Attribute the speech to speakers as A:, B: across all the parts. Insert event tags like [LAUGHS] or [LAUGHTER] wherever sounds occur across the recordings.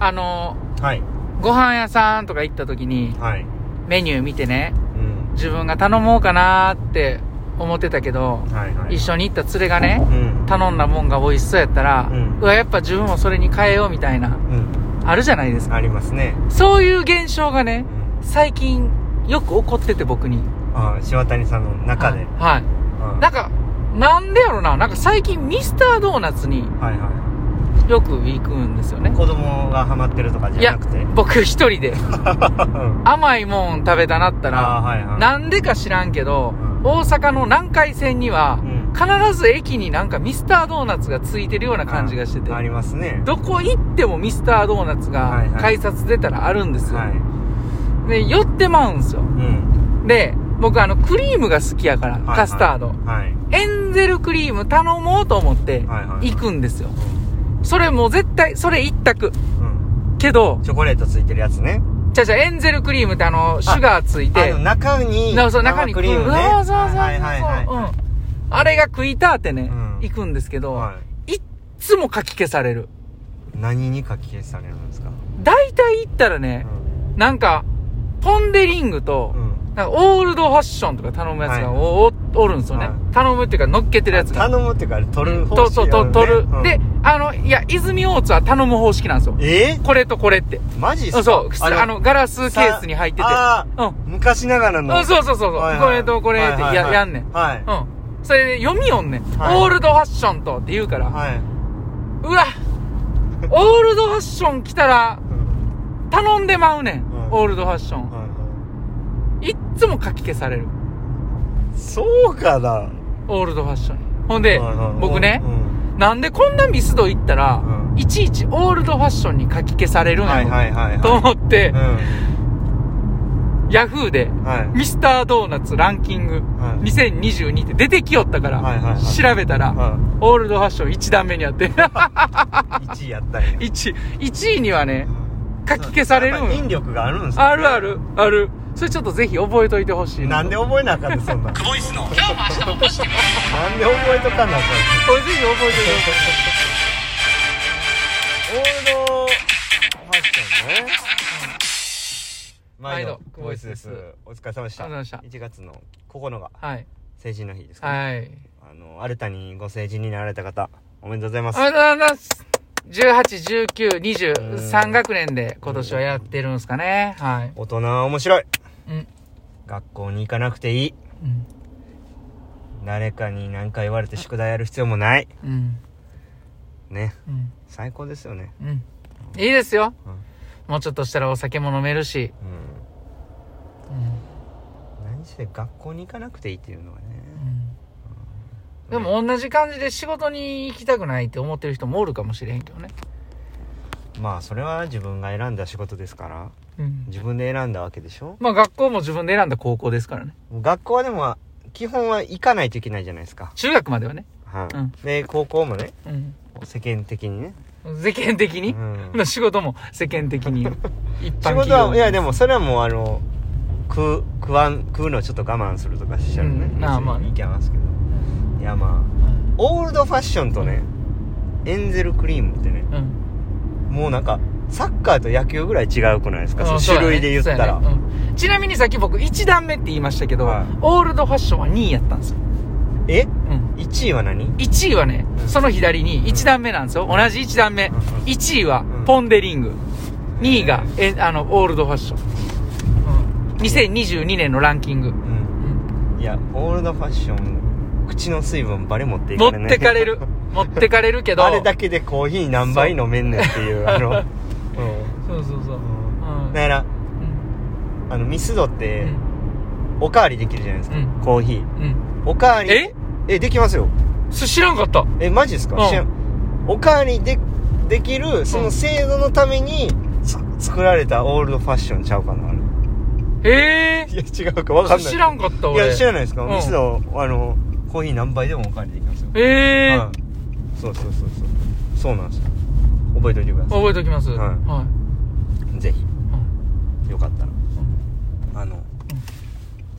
A: あの、
B: はい。
A: ご飯屋さんとか行った時に、
B: はい。
A: メニュー見てね、
B: うん。
A: 自分が頼もうかなーって思ってたけど、
B: はいはい。
A: 一緒に行った連れがね
B: う、ん。
A: 頼んだもんが美味しそうやったら、
B: う
A: うんわ、やっぱ自分もそれに変えようみたいな、
B: うん。
A: あるじゃないですか。
B: ありますね。
A: そういう現象がね
B: う、ん
A: 最近よく起こってて僕に。
B: ああ、柴谷さんの中
A: は
B: で。
A: い。はい
B: うん
A: なんか、なんでやろな、なんか最近ミスタードーナツに
B: はいは
A: よく行くんですよね
B: い。。子供がハマってるとかじゃなくて。
A: 僕一人で甘いもん食べたなった
B: ああ、
A: ら、
B: はいはい。
A: なんでか知らんけど
B: うん、
A: 大阪の南海線には
B: う、ん
A: 必ず駅になんかミスタードーナツがついてるような感じがしてて
B: あ、ありますね。
A: どこ行ってもミスタードーナツ
B: はい
A: が
B: はい
A: 改札出たらあるんですよ。
B: はい。
A: で、寄ってまうんですよ。
B: うん。
A: で、僕あの、クリームが好きやから、
B: はい
A: カスタード。
B: はい。
A: エンゼルクリーム頼もうと思って、
B: はいはい。
A: 行くんですよ。それもう絶対、それ一択。
B: うん。
A: けど、
B: チョコレートついてるやつね。
A: じゃじゃエンゼルクリームってあの、シュガーつい
B: あ
A: て
B: の、、中に、
A: なそう中に
B: 生クリームね。
A: そうそうそうそう。
B: はいはいはいはい。
A: うんあれが食いたってね、
B: うん
A: 行くんですけど、
B: はい
A: っつもかき消される。
B: い。何に書き消されるんですか
A: 大体行ったらね、なんか、ポンデリングと、
B: うんうん。
A: なんかオールドファッションとか頼むやつが
B: はい
A: お、おおるんですよね、
B: はい
A: 頼むっていうか乗っけてるやつが。
B: 頼むっていうか、取る方
A: と、
B: 式
A: と、
B: あ
A: と、
B: ね
A: 取る、
B: うん
A: で、あの、いや、泉大津は頼む方式なんですよ。
B: え
A: これとこれって。
B: マジっ
A: う
B: すか
A: んそう、あの、ガラスケースに入ってて。
B: あ
A: うん。
B: ー昔ながらの。
A: うん、そうそうそうそう、
B: はいはい
A: これとこれってや,、
B: はいはいはい
A: やんねん。う
B: はい。
A: ん。それで読みよんねん、
B: はい
A: オールドファッションとって言うから。
B: はい。
A: うわオールドファッション来たら
B: うん
A: 頼んでまうねん、
B: うん
A: オールドファッション。
B: はい
A: っつもかき消される。
B: いそうかな。
A: オールドファッションに。ほんで
B: はいはい、
A: 僕ね
B: う、ん
A: なんでこんなミスド行ったら
B: う、ん
A: いちいちオールドファッションにかき消されるん
B: はいは
A: や
B: いはいはい。
A: ろと思って
B: うん。、
A: ヤフーで、
B: はい。
A: ミスタードーナツランキング
B: はい
A: 2022って出てきよったか
B: はいはいは
A: ら、
B: い
A: 調べたら、
B: は
A: オールドファッション1段目にあって、 [LAUGHS]
B: い1位やったんや。
A: 1、1位にはね、かき消される
B: やっぱ
A: ん
B: 引力があるんですね
A: あるある、ある。それちょっとぜひ覚えといてほしい
B: なんで覚えなあかんねんそんなん。ボイスの。今日も明日もポジティブ。なんで覚
A: これぜひ覚え
B: えとかなあかんねん
A: ておいてほしい。
B: オールドファッションね毎度
A: 毎度
B: ボイスです
A: ボイスです
B: お疲れ様でした
A: ありがとうございま
B: 1月の9日
A: はい。
B: 成人の日ですか、ね
A: はい。
B: あの新たにご成人になられた方おめでとうございます
A: ありがとうございます。18、19、
B: うん
A: 20、3学年で今年はやってるんですかね。はい。
B: 大人は面白い
A: うん。
B: 学校に行かなくていい
A: うん。
B: 誰かに何か言われて宿題やる必要もない
A: うん。
B: ね
A: うん。
B: 最高ですよね
A: うん。いいですよ
B: う。
A: もうちょっとしたらお酒も飲めるし。
B: うん
A: うん。
B: 何して学校に行かなくていいっていうのはね
A: うん。でも同じ感じで仕事に行きたくないって思ってる人もおるかもしれへんけどね。
B: まあそれは自分が選んだ仕事ですから
A: うん。
B: 自分で選んだわけでしょ
A: まあ学校も自分で選んだ高校ですからね。
B: 学校はでも基本は行かないといけないじゃないですか、
A: 中学まではね。
B: はい
A: うん
B: で高校もね
A: うん。
B: 世間的にね、
A: 世間的
B: う
A: に、
B: ん
A: 仕事も世間的
B: [LAUGHS]
A: に。一般
B: 仕
A: 企業
B: 事はいやでもそれはもうあの食う食わん食うのちょっと我慢するとかしちゃうね、
A: うんまあまあね
B: いけますけどいやまあオールドファッションとねエンゼルクリームってね
A: うん。
B: もうなんかサッカーと野球ぐらい違うくないですか、
A: うん
B: その種類で言った
A: そうや
B: ら、
A: ねうんちなみにさっき僕1段目って言いましたけど、
B: はい
A: オールドファッションは2位やったんですよ、
B: え
A: うん、
B: 1位は何
A: 1位はね
B: うん
A: その左に1段目なんですよ同じ1段目
B: んうん
A: 1位は
B: うん
A: ポン・デ・リング2位がえあのオールドファッション、うん、2022年のランキング、
B: うんいやオールドファッション口の水分バレ持ってい
A: 持
B: かれね
A: ってかれる持ってかれるけど
B: [LAUGHS] あれだけでコーヒー何杯飲めんねんって
A: [LAUGHS]
B: いうあの、う
A: そうそうそう、うん
B: ん、だからあのミスドっ
A: う
B: て
A: ん
B: おかわりできるじゃないですか、
A: うん
B: コーヒー
A: うん
B: おかわり
A: え
B: えできますよ
A: そ知らんかった
B: えマジですか、
A: うん
B: 知らんおかわりでできるその制度のために、つ作られたオールドファッションちゃうかなあれ
A: ええ
B: いや違うかわかんない
A: 知らんかった
B: い
A: 俺
B: や知らないですか、
A: うん
B: ミスドあのコーヒー何杯でもおかわりできますよ
A: ええ
B: はいそうそうそうそうそうなんですよ覚えておいてくださ
A: 覚えておきます
B: はい
A: はい
B: ぜひよかったらあの、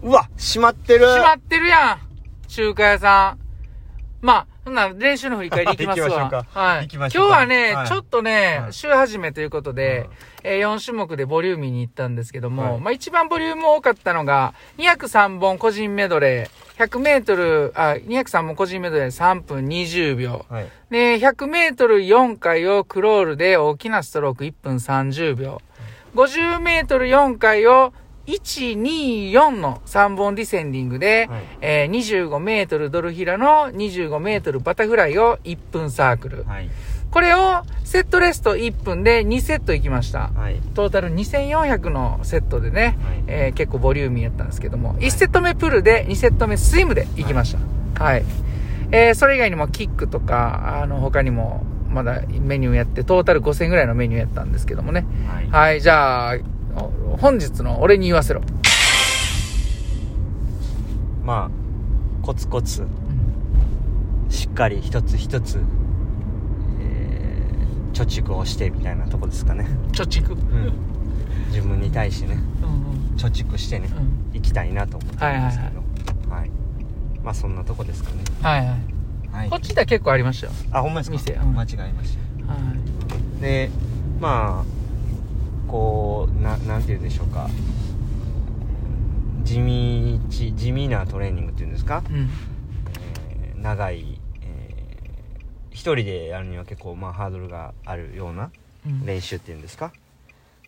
B: うわ閉まってる
A: 閉まってるやん中華屋さんまあほんなら練習の振り返りいきますわ。
B: 行きましょうか
A: はい。
B: 行きましょう
A: 今日
B: か
A: はね、
B: はい
A: ちょっとね、
B: はい
A: 週始めということで、えー4種目でボリューミーに行ったんですけども、
B: はい
A: まあ一番ボリューム多かったのが、203本個人メドレー、100メートル、あ、203本個人メドレー3分20秒。
B: はい。
A: で、100メートル4回をクロールで大きなストローク1分30秒。50メートル4回を1、2、4の3本ディセンディングで、
B: はい
A: えー25メートルドルヒラの25メートルバタフライを1分サークル。
B: はい。
A: これをセットレスト1分で2セットいきました。
B: はい。
A: トータル2400のセットでね、
B: はい
A: えー結構ボリューミーやったんですけども、1セット目プルで、2セット目スイムで行きました。はい。えーそれ以外にもキックとか、あの、他にも、まだメニューやって、トータル5000ぐらいのメニューやったんですけどもね。
B: はい。
A: はい、じゃあ、お本日の俺に言わせろ。
B: まあ、コツコツ、しっかり一つ一つ、えー、貯蓄をしてみたいなとこですかね。
A: 貯蓄。うん
B: うん。自分に対してね、貯蓄してね、
A: うん
B: 行きたいなと思ってるんですけど。はい。まあ、そんなとこですかね。
A: はいはい。
B: はい
A: こっちでは結構ありましたよ。
B: あ、ほんまですか
A: 店うん
B: 間違えました。
A: はい。
B: でまあこうななんて言うんでしょうか地道地味なトレーニングっていうんですか、
A: うん。
B: えー長い、えー一人でやるには結構まあハードルがあるような
A: うん。
B: 練習っていうんですか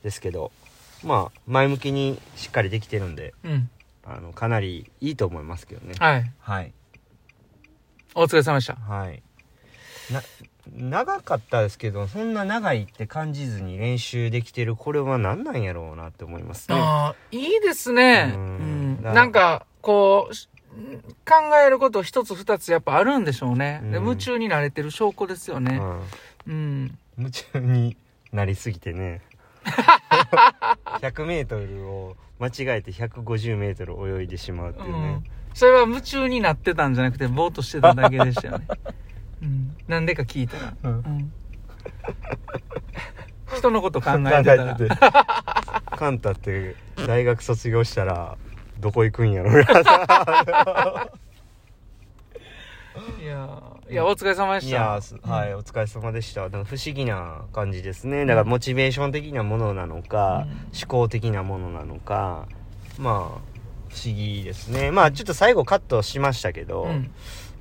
B: ですけどまあ前向きにしっかりできてるんで
A: うん。
B: あのかなりいいと思いますけどね
A: はい。
B: はい
A: お疲れ様でした。
B: はいな長かったですけどそんな長いって感じずに練習できてるこれは何なんやろうなって思いますね
A: ああ、いいですね。う
B: うん
A: ん。
B: だ
A: なんか、こう、しん考えること一つ二つやっぱあるんでしょうね。で
B: うん
A: 夢中になれてる証拠ですよ
B: う
A: ね。
B: ん
A: うん。
B: 夢中になりすぎてね 100m を間違えて 150m 泳いでしまうっていう
A: うん
B: ね、
A: それは夢中になってたんじゃなくて、ぼーっとしてただけでしたよね。うん。なんでか聞いたら。
B: うん
A: うん。 [LAUGHS] 人のこと考
B: 考
A: えてたら。
B: えててカンタって大学卒業したらどこ行くんやろうな
A: いやー、いや、お疲れ様でした。
B: いやーすはいお疲れ様でしたなんか不思議な感じですねだからモチベーション的なものなのか、
A: うん
B: 思考的なものなのかまあ不思議ですねまあちょっと最後カットしましたけど、
A: うん。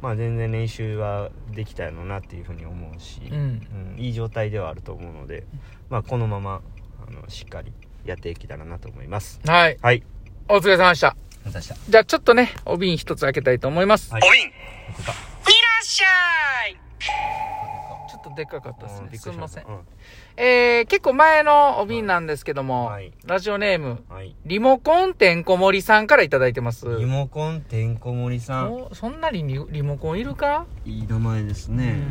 B: まあ全然練習はできたやろなっていうふうに思うし、
A: うん。
B: うんいい状態ではあると思うのでまあこのままあのしっかりやっていけたらなと思います
A: はい。
B: はい
A: お疲れ様でした。
B: また明日
A: じゃあちょっとね、お瓶一つ開けたいと思います。
B: はい
A: お瓶い
B: 開けた
A: らっしゃいちょっとでっかかったですね。すみません。
B: う
A: えー、結構前のお瓶なんですけども、
B: はい
A: ラジオネーム、
B: んはい
A: リモコンてんこ盛りさんからいただいてます。
B: リモコンてんこ盛りさん
A: おそんなにリリモコンいるか、
B: いい名前ですね、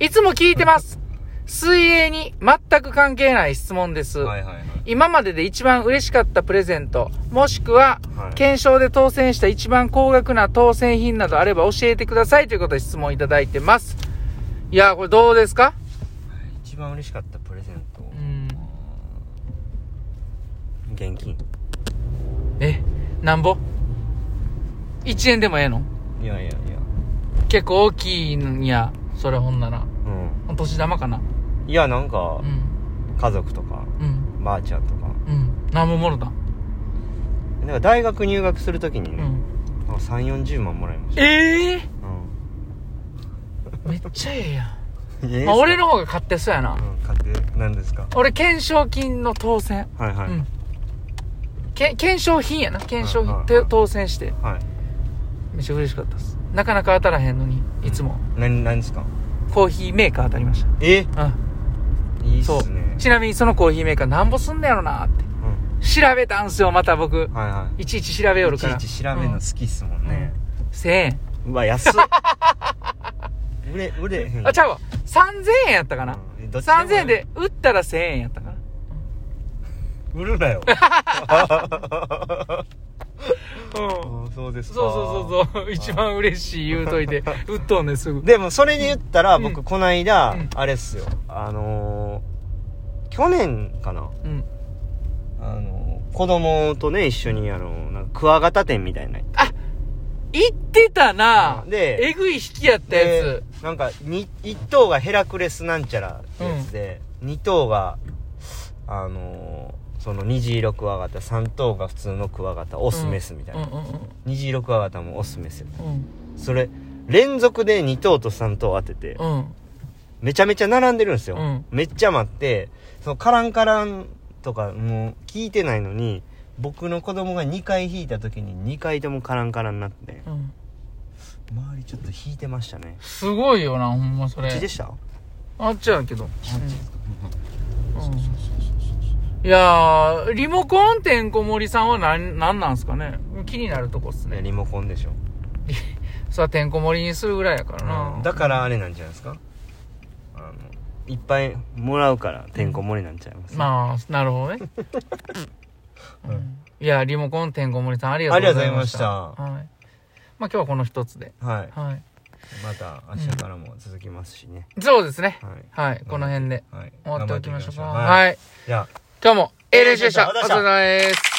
A: いつも聞いてます。水泳に全く関係ない質問です。
B: はいはいはい
A: 今までで一番嬉しかったプレゼント、もしくは、
B: はい
A: 検証で当選した一番高額な当選品などあれば教えてくださいということで質問いただいてます。いやー、これどうですか
B: 一番嬉しかったプレゼント、
A: ん。
B: 現金
A: え、なんぼ ?1 円でもええの
B: いやいやいや
A: 結構大きいんや。それほんなら。
B: う
A: お年玉かなん
B: いやなんか
A: うん。
B: 家族とか
A: うん。
B: ばあちゃんとか
A: うん。なんぼもろだ。
B: なんか大学入学するときに
A: う
B: ね、
A: ん。
B: なんか3 4 0万もらいました
A: ええ
B: うん
A: めっちゃええやん。
B: いいですか
A: まあ、俺の方が勝手そうやな
B: う。ん買って何ですか
A: 俺、懸賞金の当選。
B: はいはい、
A: うん。け検証品やな検証
B: うんうんう
A: 品
B: ん
A: て当選して
B: はい
A: めっちゃ嬉しかったですなかなか当たらへんのにいつも
B: 何何ですか
A: コーヒーメーカー当たりまし
B: え
A: たうん
B: いいっす
A: そ
B: ね
A: うちなみにそのコーヒーメーカーなんぼすんのやろなって
B: うん
A: 調べたんすよまた僕
B: はいはい
A: いちいち調べよる
B: い
A: から
B: ちいち調べるの好きっすもんね、
A: 1000円
B: うわ
A: [LAUGHS]
B: 安っ売れ売れへん
A: あちゃうわ3000円やったかな
B: うんどっちもいい
A: 3000円で売ったら1000円やったかな
B: 売る
A: [LAUGHS]
B: なよ [LAUGHS]
A: うん
B: あそうですか
A: そうそうそうそう一番嬉しい言うとい
B: [LAUGHS]
A: て売っとんねんすぐ
B: でもそれで言ったら
A: うん
B: 僕こないだ
A: うん
B: あれっすよあのー去年かな
A: うん
B: あのー子供とね一緒にあのなんかクワガタ店みたいな
A: 言ってたな
B: で
A: えぐい引きやったやつ
B: なんかに一等がヘラクレスなんちゃらってやつで、二等があのーその虹色クワガタ三等が普通のクワガタオスメスみたいな、
A: うんうん
B: 虹色クワガタもオスメ
A: う
B: ス
A: ん
B: それ連続で2等と3等当てて、
A: うんうん
B: めちゃめちゃ並んでるんですよ、
A: うん
B: めっちゃ待ってそのカランカランとかもう聞いてないのに僕の子供が2回引いた時に2回ともカランカランになって
A: うん
B: 周りちょっと引いてましたね
A: すごいよなほんまそ
B: こっちで
A: れ
B: した
A: あっちやけど、うんいやーリモコンてんこ盛りさんはなんなんなんすかね気になるとこっす
B: いや
A: ね
B: リモコンでしょ、
A: さあてんこ盛りにするぐらいやからな、
B: だからあれなんじゃないですかあのいっぱいもらうからてんこ盛りなんちゃいます、
A: まあなるほど
B: [LAUGHS]
A: ね、うんいやリモコンてんこ盛りさんありがとうございました
B: ありがと
A: はい、まあ今日はこの一つで
B: はい
A: はい
B: また明日からも続きますしね、
A: そうですね
B: はい
A: はいこの辺で
B: はい
A: 終わっておきましょうか
B: 頑張っ
A: は
B: て
A: いは
B: いきましょうはい、
A: い
B: じゃあ
A: 今日も A 練習でした。お
B: あ
A: 疲
B: りが
A: れ
B: とう
A: 様
B: ご
A: です。